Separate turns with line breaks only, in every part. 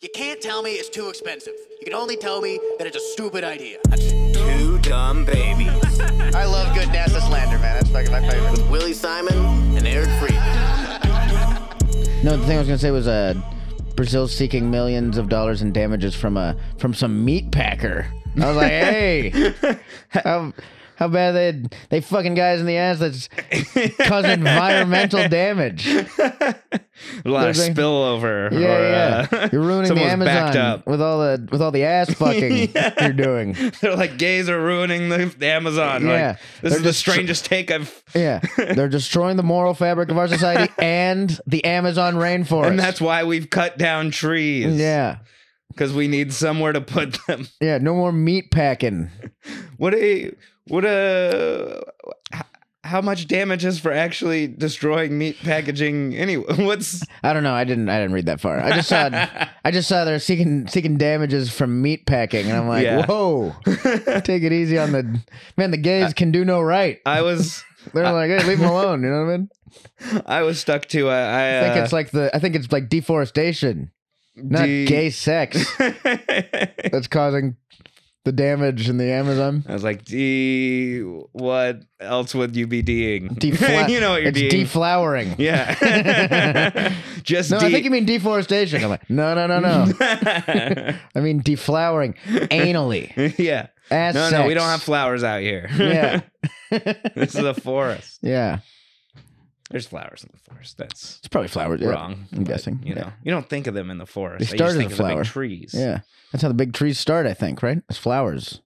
You can't tell me it's too expensive. You can only tell me that it's a stupid idea.
Two dumb babies.
I love good NASA slander, man. That's fucking my favorite.
Willie Simon and Eric Friedman.
No, the thing I was gonna say was uh, Brazil's seeking millions of dollars in damages from a from some meat packer. I was like, hey, how how bad they they fucking guys in the ass that's causing environmental damage.
A lot of
They're like-
spillover.
Yeah,
or,
yeah,
Uh,
you're ruining the
someone's backed
Amazon
up.
with all the with all the ass fucking you're doing.
They're like gays are ruining the, the Amazon.
Yeah.
like, this
They're
is the
just tr-
strangest take I've.
Yeah, they're destroying the moral fabric of our society and the Amazon rainforest.
And that's why we've cut down trees.
yeah,
because we need somewhere to put them.
yeah. No more meat packing.
What a what a. h- How much damage is for actually destroying meat packaging? Anyway, what's
I don't know. I didn't. I didn't read that far. I just saw. I just saw they're seeking seeking damages from meat packing, and I'm like,
Yeah.
whoa, take it easy on the man. The gays can do no right.
I was
They're like, hey, leave them alone. You know what I mean?
I was stuck to. I, I
I think
uh,
it's like the. I think it's like deforestation, not
the-
gay sex that's causing the damage in the Amazon.
uh, I was like, D, what else would you be D'ing?
Defla-
you know what you're
it's
D'ing.
deflowering.
yeah. Just
No,
D.
I think you mean deforestation. I'm like, no, no, no, no. I mean deflowering, anally.
yeah.
Ass
No, no, we don't have
sex.
flowers out here.
Yeah,
this is a forest.
yeah.
There's flowers in the forest. That's
It's probably flowers. yeah.
wrong.
I'm
but,
guessing.
You know,
yeah.
you don't think of them in the forest.
They
I just
start as
think
a
of the big
flower.
trees.
Yeah. That's how the big trees start, I think, right? It's flowers.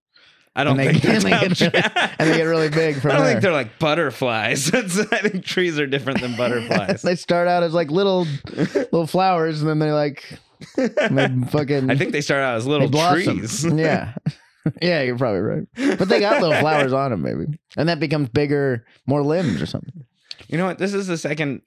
I don't
And they-
think that's
and they
how
get really- And they get really big from
I don't think
there.
they're like butterflies. That's, I think trees are different than butterflies.
They start out as like little little flowers and then they like and they fucking
I think they start out as
they
little
blossom.
trees.
Yeah. Yeah, you're probably right. But they got little flowers on them, maybe. And that becomes bigger, more limbs or something.
You know what? This is the second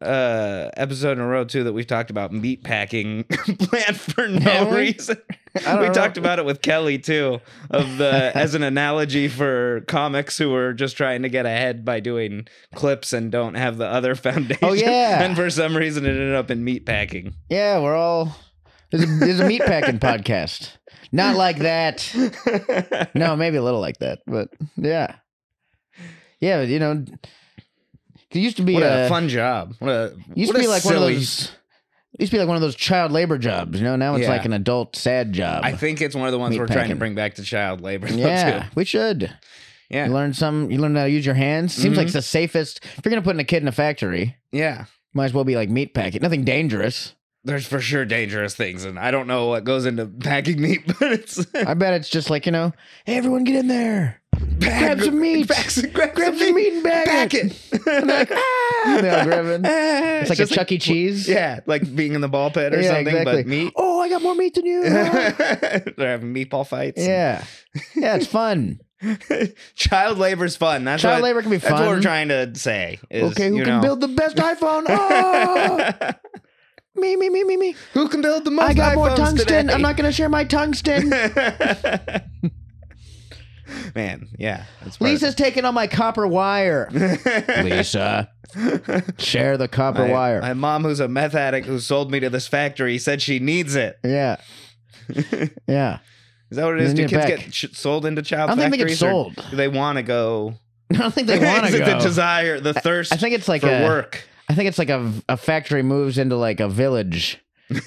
uh episode in a row too that we've talked about meat packing plant for no
Have we?
reason. We
don't know.
talked about it with Kelly too of the as an analogy for comics who are just trying to get ahead by doing clips and don't have the other foundation.
Oh, yeah.
And for some reason it ended up in meat packing.
Yeah, we're all there's a, there's a meat packing podcast. Not like that. No, maybe a little like that, but yeah, yeah. but, You know, it used to be
What
a,
a fun job. What a
used
what
to
a
be like one of
silly-
those. it Used to be like one of those child labor jobs, you know. Now it's
Yeah.
like an adult sad job.
I think it's one of the ones
Meat
we're trying to
packing.
bring back to child labor. though,
yeah,
too.
we should. You
Yeah. Mm-hmm.
learn some. You learn how to use your hands. Seems like it's the safest. If you're gonna put in a kid in a factory,
Yeah.
might as well be like meat packing. Nothing dangerous.
there's for sure dangerous things, and I don't know what goes into packing meat, but it's
I bet it's just like you know. Hey, everyone, get in there. Grab some meat.
Grab some, grab
Grab
some
some meat and bag
Pack
it.
it. like, ah,
They're all grabbing. It's like a
just
Chuck E. Cheese.
Yeah, like being in the ball pit or
Yeah,
something,
exactly.
but meat.
Oh, I got more meat than you.
They're having meatball fights.
yeah, yeah, it's fun.
Child labor's fun. That's
Child
what-
labor can be
That's what we're
fun.
trying to say. is,
okay, who
you
can
know,
build the best iPhone? Oh, me, me, me, me, me.
Who can build the most?
I got more
iPhones
tungsten.
today?
I'm not gonna share my tungsten.
Man, yeah. That's part of-
Lisa's taking all my copper wire. Lisa, share the copper
My-
wire.
My mom, who's a meth addict, who sold me to this factory, said she needs it.
yeah, yeah.
Is that what it is?
Then
Do
you
kids
back.
get sh- sold into child
I don't think they get
factories, or
sold.
Do they want to go?
I don't think they want
is
to
it the
go.
desire, the thirst?
I think it's like
for
a
work.
I think it's like a, a factory moves into like a village,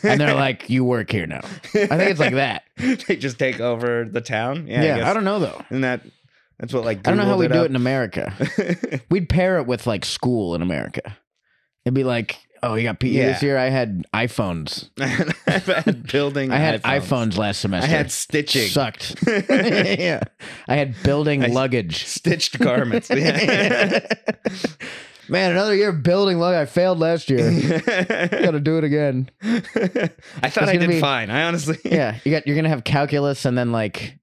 and they're like, "You work here now." I think it's like that.
they just take over the town. Yeah,
Yeah,
I, guess.
I don't know though.
And that that's what like
I don't know how
Googled
we do it in
up.
America. We'd pair it with like school in America. It'd be like, oh, you got PE this
Yeah.
year. I had iPhones.
I've had building.
I had
iPhones.
iPhones, last
I
semester.
had stitching,
sucked. yeah, I had building luggage.
stitched garments. Yeah.
Man, another year of building luggage. I failed last year. got to do it again.
I thought I
gonna
did
be-
fine. I honestly.
Yeah, you got. You're gonna have calculus and then like,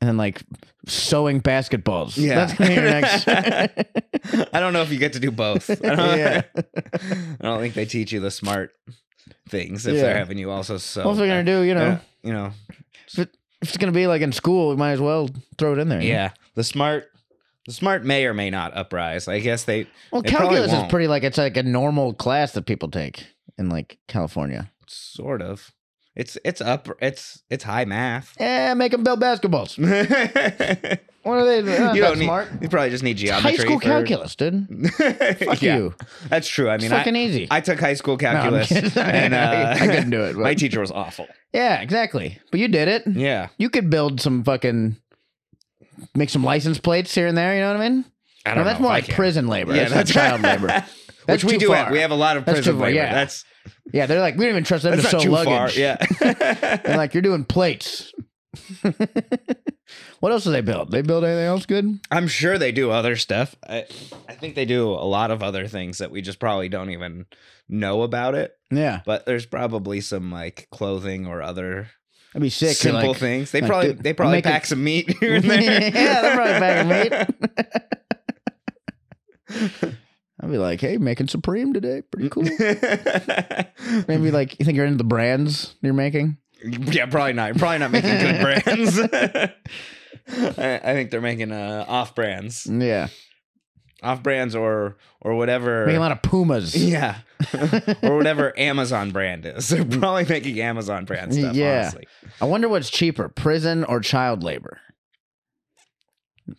and then like sewing basketballs.
Yeah.
that's gonna be your next.
I don't know if you get to do both. I don't,
yeah.
I don't think they teach you the smart things if
Yeah.
they're having you also so. uh,
What else are we gonna do? You know,
you know,
if, it, if it's gonna be like in school, we might as well throw it in there. you know?
yeah, the smart, the smart may or may not uprise. I guess they.
Well,
they probably
calculus is
won't.
pretty like it's like a normal class that people take in like California.
sort of. It's it's up. It's it's high math.
Eh, make them build basketballs.
you
What are they? They're not that
don't need.
smart.
You probably just need geometry.
High school
for-
calculus, dude. Fuck
Yeah.
you.
That's true. I mean,
fucking
I,
easy.
I took high school
I'm
calculus,
kidding.
and uh,
I couldn't do it,
My
but-
teacher was awful.
Yeah, exactly. But you did it.
Yeah,
You could build some fucking, make some license plates here and there. You know what I mean?
I
No,
don't
that's
know
more
if I
like
can.
prison labor. Yeah, that's, not child labor. That's
Which we
too
do have.
far.
We have a lot of
That's
prison
too far,
labor.
yeah.
That's
Yeah, they're like, we don't even trust them
that's
to
not
sew
too far.
luggage.
Yeah.
And like, you're doing plates. what else do they build? They build anything else good?
I'm sure they do other stuff. I, I think they do a lot of other things that we just probably don't even know about it.
Yeah,
But there's probably some like clothing or other
that'd be sick. You're
simple
like-
things. They
like,
probably
dude,
they probably
make a-
pack some meat here and there.
yeah, they're probably back meat. I'd be like, hey, making Supreme today. Pretty cool. Maybe like, you think you're into the brands you're making?
yeah, probably not. Probably not making good brands. I, I think they're making uh, off brands,
Yeah.
off brands or or whatever.
Making a lot of Pumas.
Yeah. or whatever Amazon brand is. They're probably making Amazon brand stuff,
Yeah.
honestly.
I wonder what's cheaper, prison or child labor?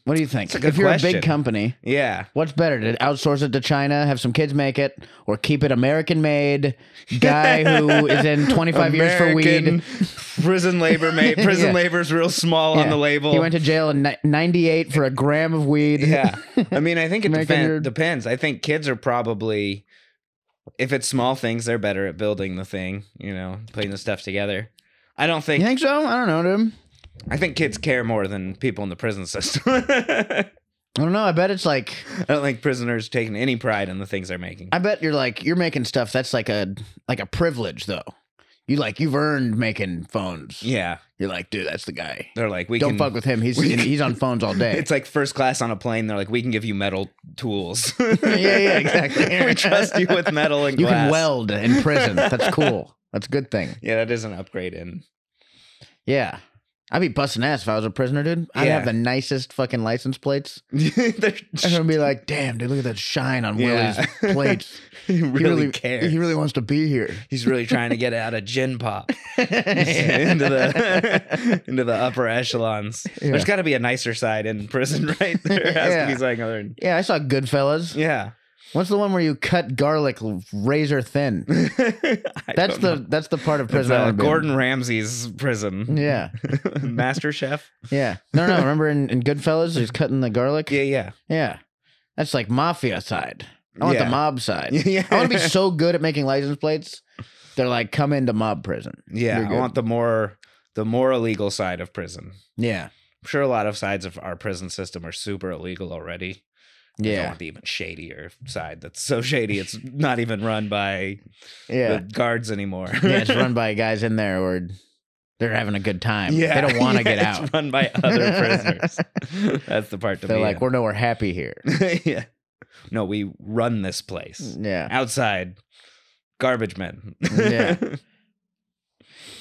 What do you think?
a good
If you're a
question.
big company,
Yeah.
what's better to outsource it to China, have some kids make it, or keep it American made guy who is in 25 years for weed?
American Prison labor mate. Prison
Yeah.
labor's real small on
Yeah.
the label.
He went to jail in ni- 98 for a gram of weed.
yeah. I mean, I think it
Making
depen-
your-
depends. I think kids are probably if it's small things, they're better at building the thing, you know, putting the stuff together. I don't think
You think so? I don't know, dude.
I think kids care more than people in the prison system.
I
I
don't know. I bet it's like,
don't think prisoners taking any pride in the things they're making.
I bet you're like, you're making stuff that's like a, like a privilege though. You like, you've earned making phones.
yeah.
You're like, dude, that's the guy.
They're like, we
Don't
can
fuck with him. He's
we can-
he's on phones all day.
It's like first class on a plane. They're like, we can give you metal tools.
yeah, yeah, exactly.
we trust you with metal and
you
glass.
can weld in prison. That's cool. That's a good thing.
Yeah, that is an upgrade in.
Yeah. I'd be busting ass if I was a prisoner, dude. I'd
Yeah.
have the nicest fucking license plates.
They're
And I'd be like, damn, dude, look at that shine on
Yeah.
Willie's plates.
he
He
really, cares.
He really wants to be here.
He's really trying to get out of gin pop into the into the upper echelons.
Yeah.
There's got to be a nicer side in prison, right? There has
Yeah.
to be something other.
Yeah, I saw Goodfellas.
Yeah,
What's the one where you cut garlic l- razor thin?
I
That's
don't
the
know.
that's the part of
That's,
prison. I
uh,
wanna be in.
Gordon Ramsay's prison.
Yeah,
Master Chef.
yeah. No, no. Remember in, in Goodfellas, he's cutting the garlic.
Yeah, yeah,
Yeah. That's like mafia side. I want
Yeah.
the mob side.
Yeah.
I want to be so good at making license plates. They're like, come into mob prison.
yeah.
You're
I
good.
want the more the more illegal side of prison.
Yeah.
I'm sure a lot of sides of our prison system are super illegal already. I
Yeah.
want the even shadier side that's so shady it's not even run by
Yeah.
the guards anymore.
yeah. It's run by guys in there or they're having a good time.
Yeah,
They don't want to
yeah,
get
it's
out.
run by other prisoners. that's the part to
They're
be
like,
in.
we're nowhere happy here.
yeah. No, we run this place
Yeah.
outside. Garbage men.
Yeah.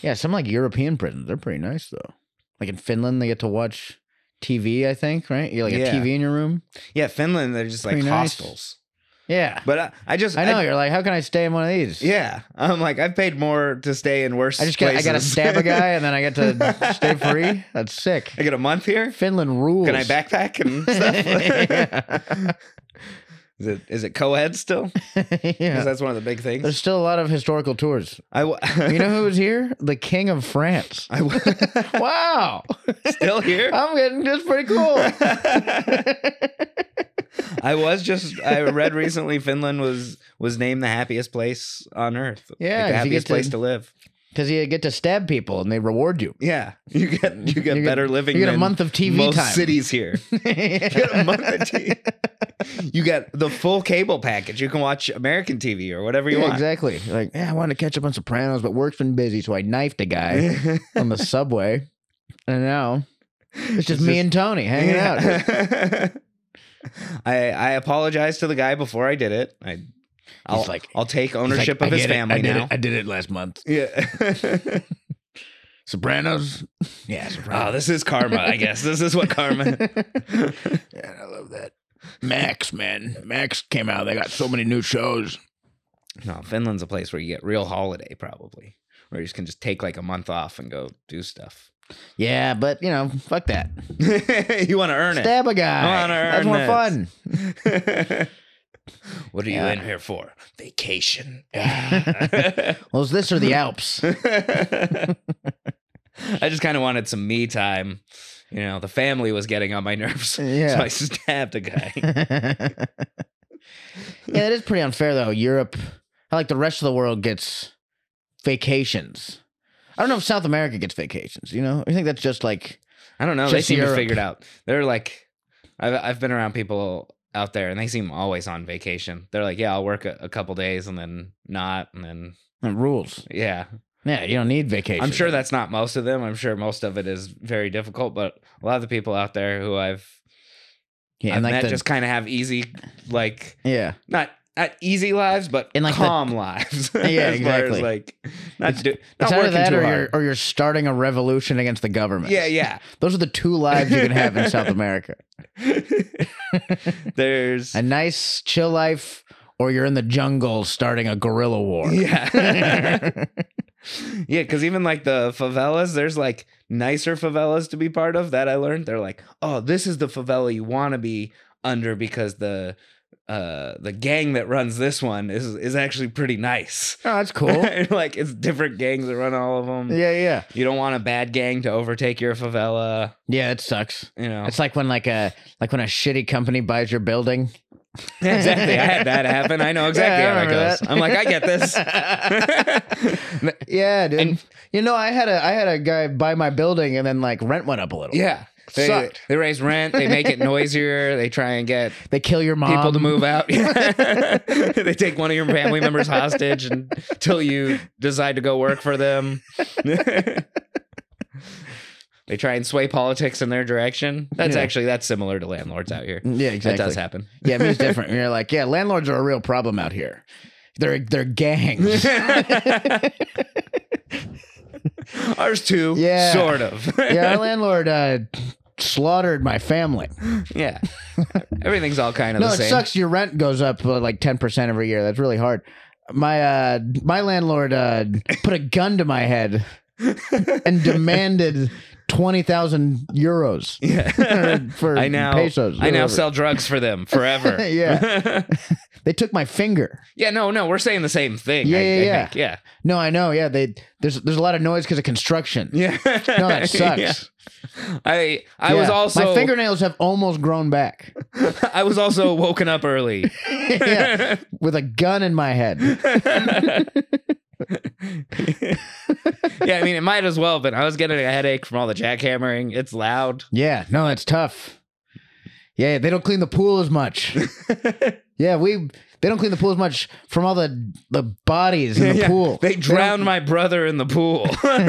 Yeah. Some like European prisons, they're pretty nice though. Like in Finland, they get to watch TV, I think, right? You like
Yeah.
a TV in your room.
yeah, Finland. They're just like
Pretty nice.
hostels.
Yeah.
But I, I just
I know. you're like, how can I stay in one of these?
yeah, I'm like I've paid more to stay in worse.
I just got, I got to
places.
stab a guy and then I get to stay free. That's sick.
I get a month here.
Finland rules.
Can I backpack and stuff?
yeah.
is it is it co-ed still? Because that's one of the big things.
There's still a lot of historical tours.
I w-
You know who was here? The King of France.
I w-
Wow.
still here.
I'm getting that's pretty cool.
I was just I read recently Finland was was named the happiest place on earth.
Yeah,
Like,
'cause
the
you
happiest
get to-
place to live.
Because you get to stab people and they reward you.
Yeah, you get you get
You get-
better living.
you get a
than
month of TV
most
time.
cities here. You get a month of TV. You get the full cable package. You can watch American TV or whatever you
Yeah,
want.
exactly. You're Like, yeah, I wanted to catch up on Sopranos, but work's been busy, so I knifed a guy on the subway. And now it's just me
just-
and Tony hanging out. dude.
I I apologize to the guy before I did it. I I'll
like-
I'll take
He's like,
ownership
"I
of his
get it.
family
I did
now.
It. I did it last month.
Yeah.
Sopranos. Ah, Yeah, Sopranos.
oh, this is karma, I guess. This is what karma.
Yeah, I love that. Max, man. Max came out. They got so many new shows.
no, Finland's a place where you get real holiday, probably. where you just can just take like a month off and go do stuff.
Yeah, but you know, fuck that.
you want to earn
Stab a guy.
Come on,
That's more
Ernest.
fun.
it. what are you
Yeah.
in here for? Vacation.
Well, it's this or the Alps.
I just kind of wanted some me time. You know, the family was getting on my nerves.
Yeah.
So I stabbed a guy.
yeah, that is pretty unfair though. Europe, I like the rest of the world gets vacations. I don't know if South America gets vacations. You know, I think that's just like
I don't know. they
Just
seem to
Europe.
figure it out. They're like, I've, I've been around people out there and they seem always on vacation. They're like, yeah, I'll work a, a couple days and then not. And then,
uh, rules.
yeah.
Yeah, you don't need vacations.
I'm sure that's not most of them. I'm sure most of it is very difficult, but a lot of the people out there who I've,
Yeah,
I've
and like
met
the,
just kind of have easy, like,
yeah,
not not easy lives, but
And, like, the-
calm lives.
Yeah,
As far as,
exactly.
like not do,
it's
not
either
working
that
too
or you're
hard.
or you're starting a revolution against the government.
yeah, yeah.
those are the two lives you can have in South America:
There's
a nice chill life, or you're in the jungle starting a guerrilla war.
yeah. Yeah, because even like the favelas, there's like nicer favelas to be part of that I learned. They're like, oh, this is the favela you want to be under because the uh the gang that runs this one is is actually pretty nice.
Oh, that's cool. yeah,
like it's different gangs that run all of them.
yeah,
You don't want a bad gang to overtake your favela.
yeah. It sucks.
You know,
It's like when like a like when a shitty company buys your building.
exactly. I had that happen. I know exactly
Yeah, I
how it
remember
goes.
that.
I'm like, I get this.
Yeah, dude.
And-
you know, I had a I had a guy buy my building and then like rent went up a little.
yeah. They,
Sucked.
they raise rent. They make it noisier. They try and get
They kill your mom.
people to move out. they take one of your family members hostage until you decide to go work for them. they try and sway politics in their direction. That's
Yeah.
actually that's similar to landlords out here.
Yeah, exactly.
That does happen.
Yeah, it means different. You're like, yeah, landlords are a real problem out here. They're they're gangs.
Ours too.
Yeah.
Sort of.
yeah, our landlord uh, slaughtered my family.
Yeah. Everything's all kind of
No,
the
it
same.
sucks. Your rent goes up uh, like ten percent every year. That's really hard. My uh, my landlord uh, put a gun to my head and demanded twenty thousand euros for, for
I now
pesos.
I now
whatever.
sell drugs for them forever.
Yeah. They took my finger.
yeah, no, no, we're saying the same thing.
Yeah,
I,
yeah,
I
yeah.
think. yeah.
No, I know. Yeah, they there's there's a lot of noise because of construction.
Yeah.
No, that sucks.
I I was
Yeah.
also
my fingernails have almost grown back.
I was also woken up early.
yeah, with a gun in my head.
Yeah, I mean it might as well, but I was getting a headache from all the jackhammering. It's loud.
Yeah, no, that's tough. Yeah, they don't clean the pool as much. yeah, we they don't clean the pool as much from all the the bodies in the
Yeah,
pool.
They drowned my brother in the pool. yeah,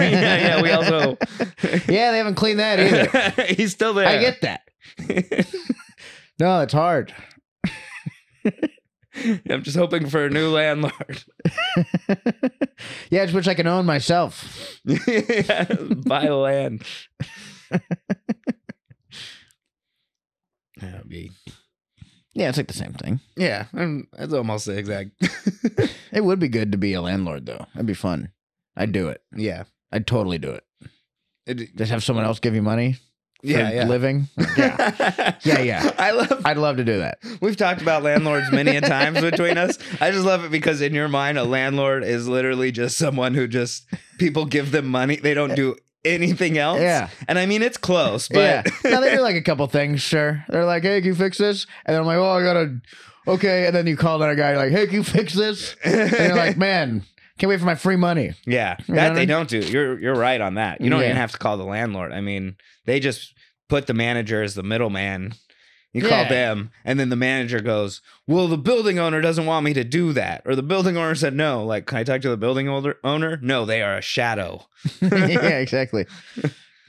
yeah, we also
yeah, they haven't cleaned that either.
he's still there.
I get that. no, it's hard.
I'm just hoping for a new landlord.
Yeah, I just wish I could own myself.
yeah, buy land. That'd be-
Yeah, it's like the same thing.
yeah, I'm, that's almost the exact.
It would be good to be a landlord though. That'd be fun. I'd do it.
yeah,
I'd totally do it.
It-
Just have someone else give you money for
yeah, yeah.
living. Yeah. Yeah, yeah.
I love.
I'd love to do that.
We've talked about landlords many a times between us. I just love it because in your mind, a landlord is literally just someone who just people give them money. They don't do anything else.
Yeah.
and I mean it's close, but
yeah. Now they do like a couple things, sure. They're like, hey, can you fix this? And I'm like, oh, I gotta, okay. And then you call another guy, like, hey, can you fix this? And you're like, man, can't wait for my free money.
Yeah,
You know
that
what I
they
mean?
don't do. You're you're right on that. You don't
Yeah.
even have to call the landlord. I mean, they just put the manager as the middleman. You
Yeah.
call them, and then the manager goes, "Well, the building owner doesn't want me to do that," or the building owner said no. Like, can I talk to the building older- owner? No, they are a shadow.
yeah, exactly.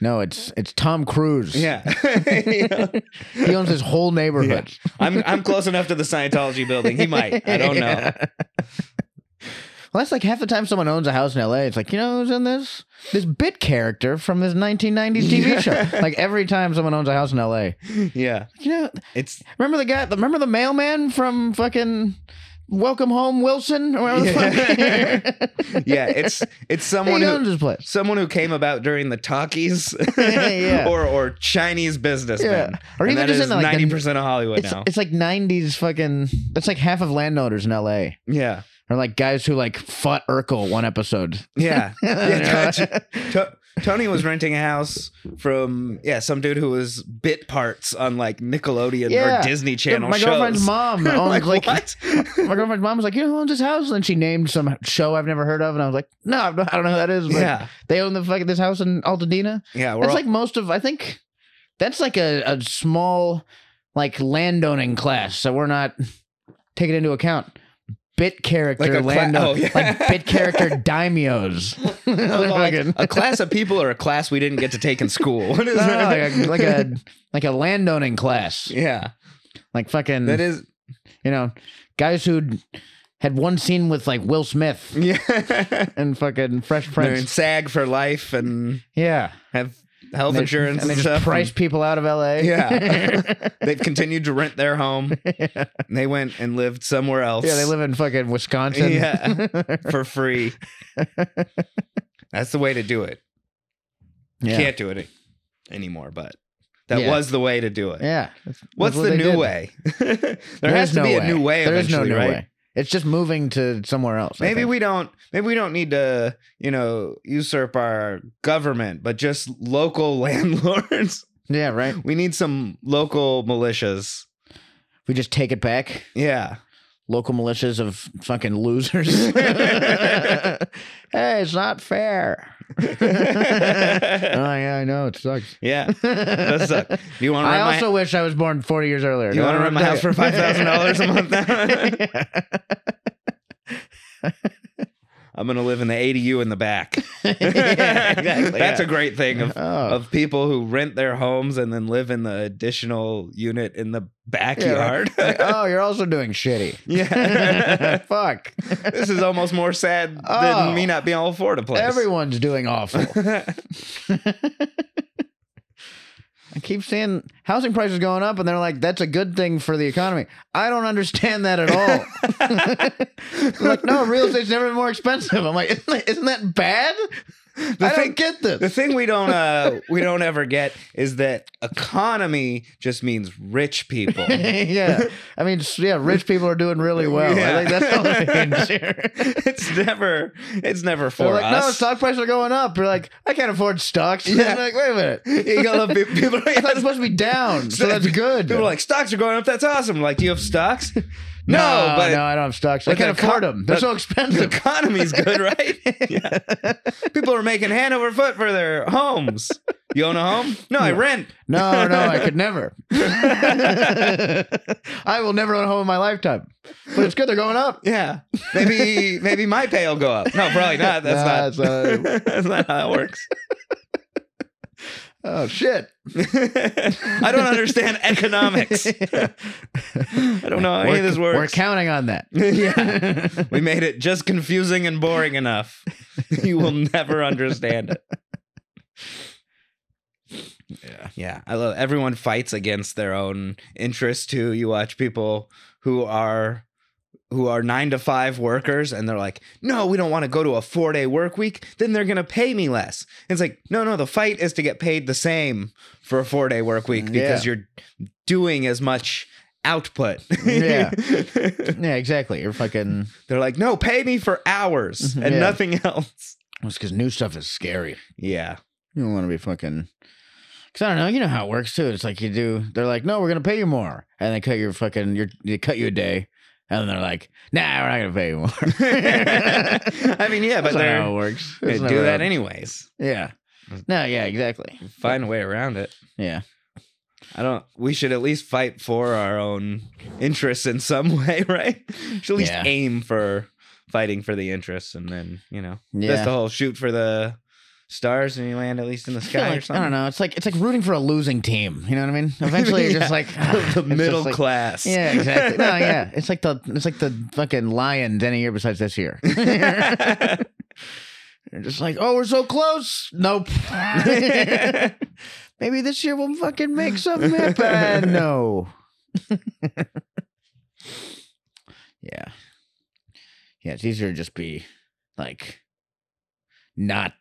No, it's it's Tom Cruise.
Yeah,
He owns this whole
Yeah.
neighborhood.
I'm I'm close enough to the Scientology building. He might. I don't know.
Well, that's like half the time someone owns a house in LA. It's like, you know who's in this? This bit character from this 1990s TV show. Like every time someone owns a house in LA,
Yeah,
you know,
it's
Remember the guy? Remember the mailman from fucking welcome home, Wilson. Or whatever the fuck.
yeah, it's it's
How
someone
you
who
doing this place?
someone who came about during the talkies
Yeah.
or or Chinese businessmen.
Yeah. Or
and
even
that
just
is
in, like, the-
90% of Hollywood
It's,
now.
it's like 90s fucking. That's like half of landowners in LA.
yeah.
Or like guys who like fought Urkel one episode.
Yeah. yeah
You know?
To- Tony was renting a house from yeah, some dude who was bit parts on like Nickelodeon
Yeah.
or Disney
Yeah,
Channel
my
shows.
girlfriend's mom owns like,
what?
my girlfriend's mom was like, you know who owns this house? And she named some show I've never heard of, and I was like, no, I don't I don't know who that is. But
yeah.
they own the fucking this house in Altadena.
Yeah, we're
That's
all,
like most of I think that's like a, a small like landowning class, so we're not taking into account bit character
Like a cla-
lando-
oh, yeah.
like bit character daimios. They're
Well, like,
fucking-
a class of people or a class we didn't get to take in school. What is
No, no, no,
that?
like a like a like a landowning class,
yeah,
like fucking
that is
you know guys who had one scene with like Will Smith
yeah.
and fucking Fresh
They're in
Prince,
SAG for life and
yeah,
have health
And they- and
insurance and,
they
stuff.
just price people out of L.A.
Yeah. They've continued to rent their home. And they went and lived somewhere else.
Yeah, they live in fucking Wisconsin.
Yeah. for free. That's the way to do it.
yeah.
Can't do it any- anymore, but that
Yeah.
was the way to do it.
Yeah.
What's
That's what
the
they
new
did.
way? there,
There
has
is
to
no
be a new way
There is
eventually,
no new
right?
way. It's just moving to somewhere else. I
Maybe
think.
we don't. Maybe we don't need to, you know, usurp our government, but just local landlords.
Yeah, right.
We need some local militias.
We just take it back.
Yeah,
Local militias of fucking losers. hey, it's not fair. oh yeah, I know it sucks.
yeah, that suck. Do you want to
I
rent
also wish I was born 40 years earlier.
my? You
No,
want to
I'm
rent my
not-
house for five thousand dollars a month? I'm gonna live in the ADU in the back.
exactly, yeah.
That's a great thing of,
Oh.
of people who rent their homes and then live in the additional unit in the
Yeah.
backyard.
Like, oh, you're also doing shitty.
yeah.
Fuck.
this is almost more sad
Oh.
than me not being able to afford a place.
Everyone's doing awful. I keep seeing housing prices going up, and they're like, "That's a good thing for the economy." I don't understand that at all. They're like, no, real estate's never been more expensive. I'm like, isn't that, isn't that bad? I
thing-
don't get
the
this.
thing we don't uh, we don't ever get is that economy just means rich people.
yeah, I mean, s- yeah, rich people are doing really well. I
Yeah.
think that's all it means here.
it's never it's never
They're
for
like, no,
us.
stock prices are going up. You're like, I can't afford stocks. Yeah.
Yeah.
like, wait a minute.
you gotta love people. people
I thought it's supposed to be down, so that's good.
People are like stocks are going up. That's awesome. Like, do you have stocks? No,
no,
but
no, I don't have stocks. I
but
can't
the co-
afford them. They're
the-
so
the
expensive.
economy's good, right? Yeah. People are making hand over foot for their homes. You own a home? No, I rent.
No, no, I could never. I will never own a home in my lifetime. But it's good they're going up.
Yeah. Maybe maybe my pay will go up. No, probably not. That's
Nah, it's, uh,
not that's not how it works.
Oh shit!
I don't understand economics. I don't know how any of Oh, this
We're
works.
counting on that.
yeah. We made it just confusing and boring enough. You will never understand it. Yeah. Yeah. I love everyone fights against their own interests too. You watch people who are who are nine to five workers and they're like, no, we don't want to go to a four day work week. Then they're gonna pay me less. It's like, no, no, the fight is to get paid the same for a four day work week because you're doing as much output.
Yeah. Yeah, exactly. You're fucking.
They're like, no, pay me for hours and
Mm-hmm. Yeah.
nothing else.
It's because new stuff is scary.
Yeah.
You don't want to be fucking. Cause I don't know. You know how it works too. It's like you do. They're like, no, we're gonna pay you more, and they cut your fucking. Your, they cut you a day, and they're like, nah, we're not gonna pay you more.
I mean, yeah, but
That's not
they're
how it works.
they
It's
do
never
that
how-
anyways.
Yeah. No. Yeah. Exactly.
Find a way around it.
Yeah.
I don't we should at least fight for our own interests in some way, right? Should at least
Yeah.
aim for fighting for the interests and then, you know.
Yeah.
That's the whole shoot for the stars and you land at least in the
I feel
sky or
like-
something.
I don't know. It's like it's like rooting for a losing team. You know what I mean? Eventually, you're just
Yeah.
like "Ah,"
the
it's just
middle
like-
class.
Yeah, exactly. No, yeah, it's like the it's like the fucking Lions any year besides this year. They're just like, oh, we're so close. Nope. Maybe this year we'll fucking make something happen. No. yeah. yeah, it's easier to just be like not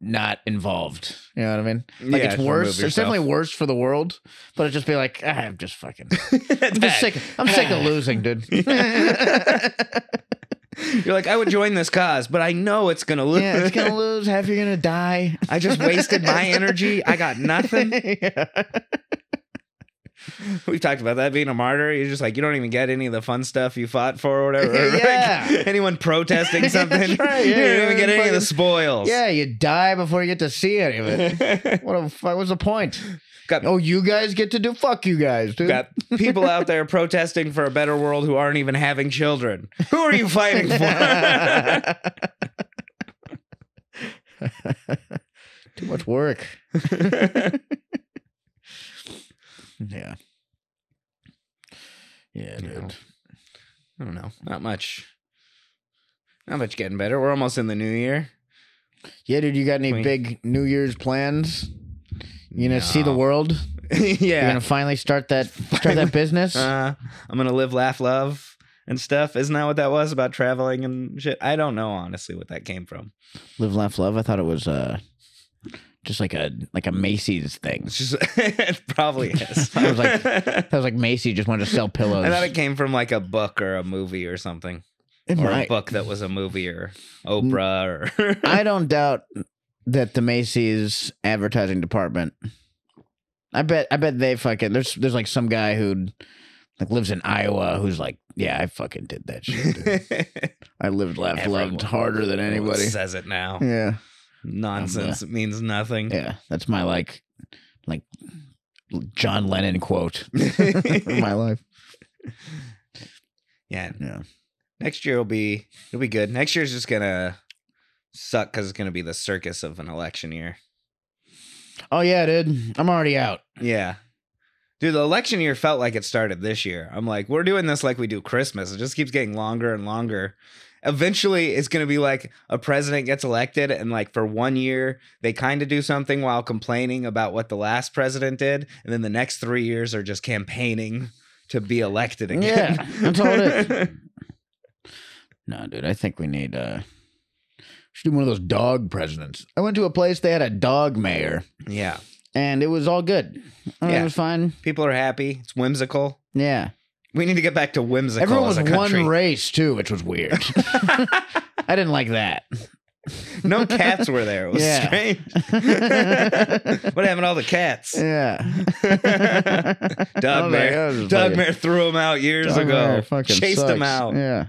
not involved. You know what I mean? Like
Yeah,
it's
remove
worse. It's
yourself.
definitely worse for the world, but it just be like, ah, I'm just fucking. I'm
Bad.
just sick. I'm sick of losing, dude.
You're like, I would join this cause, but I know it's gonna lose.
Yeah, it's gonna lose. Half you're gonna die.
I just wasted my energy. I got nothing.
Yeah.
We've talked about that being a martyr. You're just like you don't even get any of the fun stuff you fought for or whatever. Or, like,
Yeah.
anyone protesting
That's
something,
right.
you
Yeah,
don't
you
even get
don't
any of the
fucking-
spoils.
Yeah, you die before you get to see any of it. What the fuck was the point?
Got-
oh, you guys get to do fuck you guys, dude.
Got people out there protesting for a better world who aren't even having children. Who are you fighting for?
Too much work. yeah. Yeah,
You know.
dude.
I don't know. Not much. Not much getting better. We're almost in the new year.
Yeah, dude, you got any
We-
big New Year's plans? You gonna see the
No.
world? You're
yeah.
gonna finally start that start that business?
Uh, I'm gonna live, laugh, love, and stuff. Isn't that what that was about traveling and shit? I don't know honestly what that came from.
Live, laugh, love. I thought it was uh just like a like a Macy's thing.
It's just it probably is.
I was like-
I
That was like Macy just wanted to sell pillows.
thought it came from like a book or a movie or something,
It
or a
might.
book that was a movie or Oprah or
I don't doubt that the Macy's advertising department. I bet. I bet they fucking. There's there's like some guy who like lives in Iowa who's like, yeah, I fucking did that shit. dude. I lived, laughed,
Everyone-
loved harder than
everyone
anybody.
says it now.
Yeah,
Nonsense It means nothing.
yeah. That's my like, like John Lennon quote. my life.
yeah,
Yeah.
next year will be it'll be good. Next year's just gonna suck because it's gonna be the circus of an election year.
Oh yeah, dude. I'm already out.
Yeah. Dude, the election year felt like it started this year. I'm like, we're doing this like we do Christmas. It just keeps getting longer and longer. Eventually, it's going to be like a president gets elected, and like for one year, they kind of do something while complaining about what the last president did. And then the next three years are just campaigning to be elected again.
Yeah, that's all it No, dude. I think we need. uh Should do one of those dog presidents. I went to a place. They had a dog mayor.
yeah.
and it was all good. I mean,
Yeah.
It was fine.
People are happy. It's whimsical.
Yeah.
We need to get back to whimsical.
Everyone
as
was
a country.
one race too, which was weird. I didn't like that.
no cats were there. It was
Yeah.
strange. what happened to all the cats?
Yeah.
Doug Mayer. Doug Mayer threw him out years ago. oh, Chased him out.
Yeah.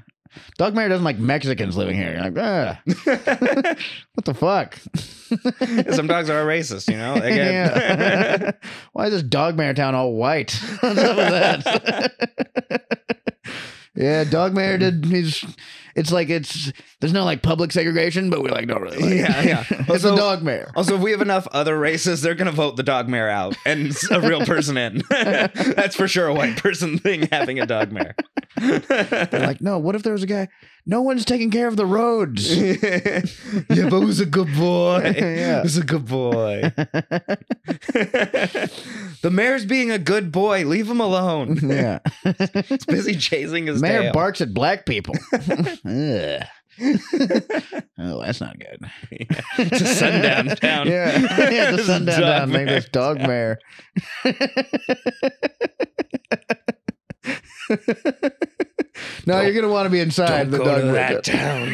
Doug Mayer doesn't like Mexicans living here. You're like, ah. what the fuck?
Some dogs are racist, you know? Again.
Yeah. Why is this Dog Mayer town all white? What's up with that? yeah, Dog Mayer did. He's. It's like it's. There's no like public segregation, but we like don't really. Like
Yeah, yeah.
it's
Also-
a Dog Mayer.
Also, if we have enough other races, they're going to vote the dog mayor out and s- a real person in. That's for sure a white person thing having a dog mayor.
They're like, no. What if there was a guy? No one's taking care of the roads.
yeah, but who's a good boy?
Yeah.
Who's a good boy? the mayor's being a good boy. Leave him alone.
yeah.
He's busy chasing his
Mayor
tail.
barks at black people. Ugh. oh, that's not good.
It's a sundown town.
Yeah, yeah
This
the
is
sundown
dog
town. Maybe
mayor.
it's dog mayor. no, you're gonna want to be inside
Don't
the
go
dog
to
mayor.
that town.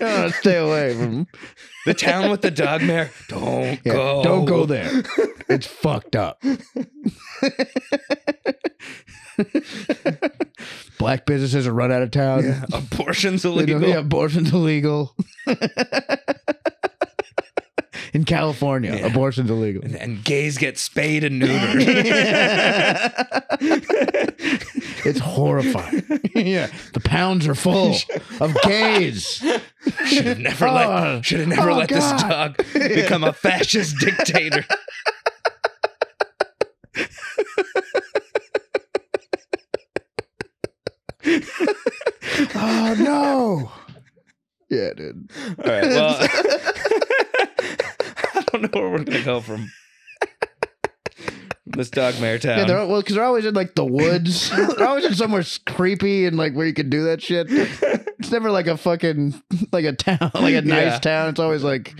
You wanna stay away from.
The town with the dog mare. Don't
Yeah,
go.
Don't go there. It's fucked up. Black businesses are run out of town.
Abortion's
They don't-
illegal.
yeah, abortion's illegal. In California,
Yeah.
abortion's illegal.
And gays get spayed and neutered.
It's horrifying. yeah, the pounds are full of gays.
should have never
Oh.
let. Should have never
Oh,
let this
God.
dog become a fascist dictator.
Oh no. Yeah, dude.
All right. Well, I don't know where we're gonna go from this dog mare town.
Yeah, they're well because they're always in like the woods. they're always in somewhere s- creepy and like where you can do that shit. It's never like a fucking like a town, like a nice
Yeah.
town. It's always like,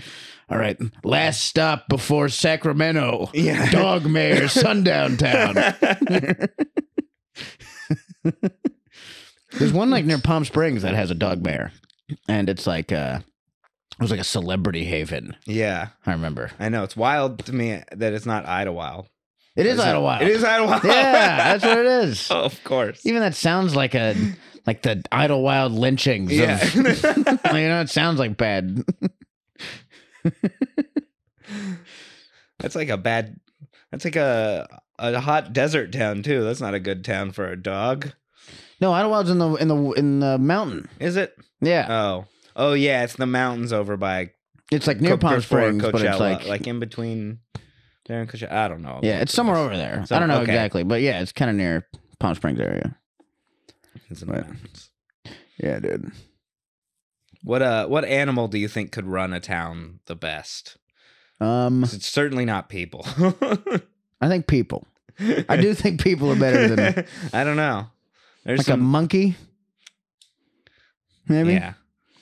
all right, last stop before Sacramento.
Yeah.
Dog Mare, Sundown Town. There's one like near Palm Springs that has a dog mare, and it's like uh, it was like a celebrity haven.
yeah,
I remember.
I know. It's wild to me that it's not Idlewild.
It is Idlewild.
It is Idlewild.
Yeah, that's what it is.
Oh, of course.
Even that sounds like a like the Idlewild lynchings.
Yeah.
Of, you know, it sounds like bad.
that's like a bad. That's like a a hot desert town too. That's not a good town for a dog,
No, Idlewild's in the in the in the mountain.
is it?
Yeah,
Oh, oh yeah, it's the mountains over by
it's like near
Co-
Palm
before
Springs, but it's
Coachella,
like,
in between there and Coachella. I don't know.
yeah, it's somewhere over there.
So-
I don't know
okay.
exactly, but yeah, it's kind of near Palm Springs area.
It's in the
Right.
mountains.
Yeah, dude.
What uh, what animal do you think could run a town the best?
Um,
'Cause It's certainly not people.
I think people. I do think people are better than like
I don't know. There's
a
some
monkey. Maybe.
yeah.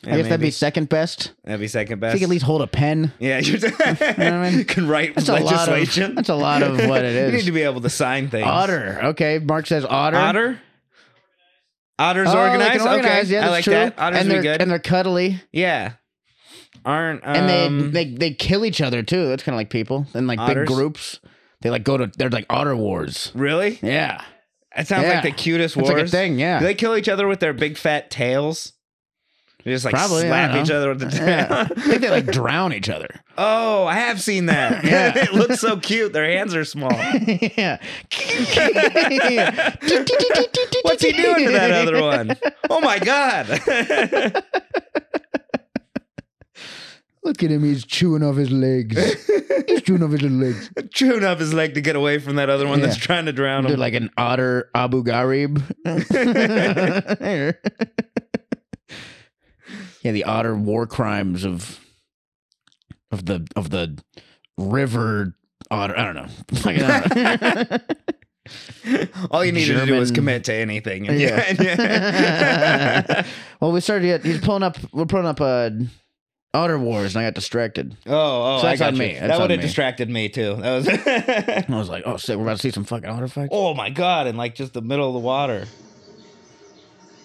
I guess that'd be second best.
that'd be second
I
best.
think at least hold a pen.
yeah, you're
I mean?
can write
That's a lot of-
legislation.
that's a lot of what it is.
you need to be able to sign things.
Otter. Okay, Mark says otter.
otter. Otters
Oh, they can
organized.
organize,
Okay,
Yeah,
I
that's
like
true.
that. Otters
and
would
they're
be good.
and they're cuddly.
yeah, aren't um,
and they, they they kill each other too. That's kind of like people in like
Otters?
big groups. They like go to they're like otter wars.
really?
Yeah,
That sounds
Yeah.
like the cutest
it's
wars.
like a thing. Yeah,
Do they kill each other with their big fat tails? They just like
Probably, I
slap
don't
each
know.
other with the tail.
yeah. I think they like drown each other.
Oh, I have seen that.
Yeah.
it looks so cute. Their hands are small.
yeah.
What's he doing to that other one? Oh my god.
Look at him. He's chewing off his legs. he's chewing off his legs.
Chewing up his leg to get away from that other one that's
Yeah.
trying to drown
They're
him.
like an otter Abu Ghraib. yeah, the otter war crimes of of the of the river otter. I don't know. Fucking I don't know.
All you needed to do was
German-
commit to anything. And
Yeah.
and yeah.
well, we started. Yet, he's pulling up. We're pulling up uh, Otter Wars, and I got distracted.
oh, oh,
So that's
I
on
got you.
me. That's
that
on
would have
me.
distracted me too. That was.
And I was like, "Oh sick, we're about to see some fucking otter fights."
oh my god! And like just the middle of the water.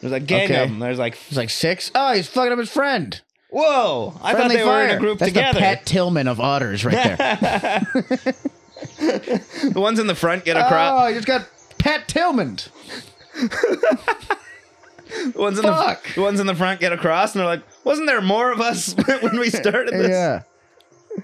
There's a gang
Okay.
of them. There's like
He's like six. Oh, he's fucking up his friend.
Whoa! I thought
Friendly
they were in
fire.
a group
That's
together.
The Pat Tillman of otters, right there.
The ones in the front get a crop.
Oh, you just got Pat Tillman.
the ones in the
Oh, fuck.
the ones in the front get across, and they're like, "Wasn't there more of us when we started this?"
Yeah.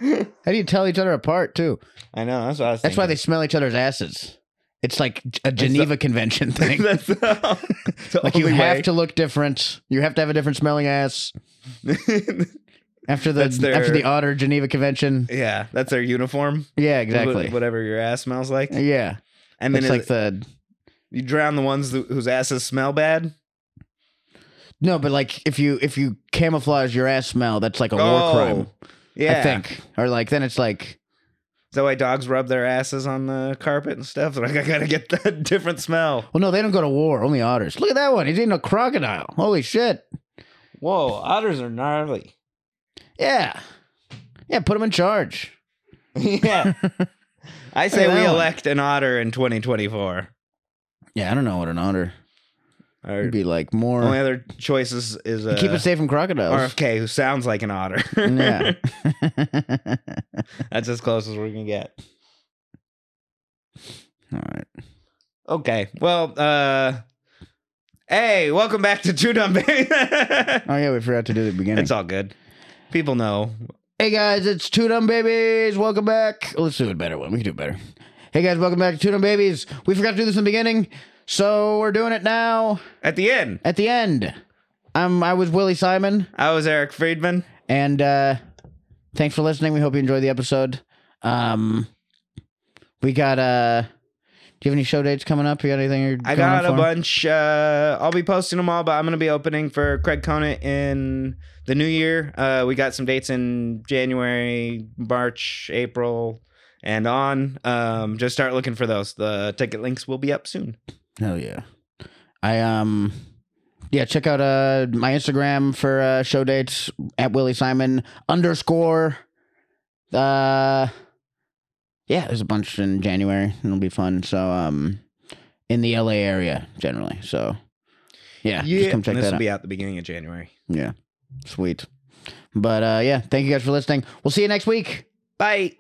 How do you tell each other apart too?
I know. That's what I was.
That's why they smell each other's asses. It's like a Geneva Convention thing.
That's the, the
like you
only
have
way.
to look different. You have to have a different smelling ass. After the
That's their-
after the otter Geneva Convention.
yeah, that's their uniform.
Yeah,
Wha-
exactly.
Whatever your ass smells like,
Yeah.
and then
it's
it-
like the
you drown the ones th- whose asses smell bad.
No, but like if you if you camouflage your ass smell, that's like a war
Oh,
crime.
Yeah,
I think. Or like then it's like
Is that why dogs rub their asses on the carpet and stuff? They're like, I gotta get that different smell.
well no, they don't go to war, only otters. Look at that one. He's eating a crocodile. Holy shit.
Whoa, otters are gnarly.
Yeah. Yeah, put him in charge.
yeah. I say
Look at
we
that one.
elect an otter in 2024.
Yeah, I don't know what an otter
Our
would be like more
only other choice is, is uh,
keep it safe from crocodiles.
RFK, who sounds like an otter.
yeah.
That's as close as we're going to get.
All right.
Okay. Well, uh, hey, welcome back to Two Dumb Babies.
Oh yeah, we forgot to do the beginning.
it's all good. People know.
hey guys, it's Two Dumb Babies. Welcome back. Let's do a better one. We can do better. Hey guys, welcome back to Two Dumb Babies. We forgot to do this in the beginning, so we're doing it now
At the end,
at the end. I'm I was Willie Simon,
I was Eric Friedman.
and uh thanks for listening. We hope you enjoyed the episode. Um we got uh do you have any show dates coming up? You got anything you're
I
going on
got a
for?
bunch. Uh, I'll be posting them all, but I'm going to be opening for Craig Conant in the new year. Uh, we got some dates in January, March, April, and on. Um, just start looking for those. The ticket links will be up soon.
Hell yeah. I Oh, um yeah, check out uh, my Instagram for uh, show dates at Willie Simon underscore. Uh, yeah, there's a bunch in January. and It'll be fun. So, um, in the LA area generally. So, yeah, just come check
this
that
will
out.
be out the beginning of January.
yeah, sweet. But uh, yeah, thank you guys for listening. We'll see you next week.
Bye.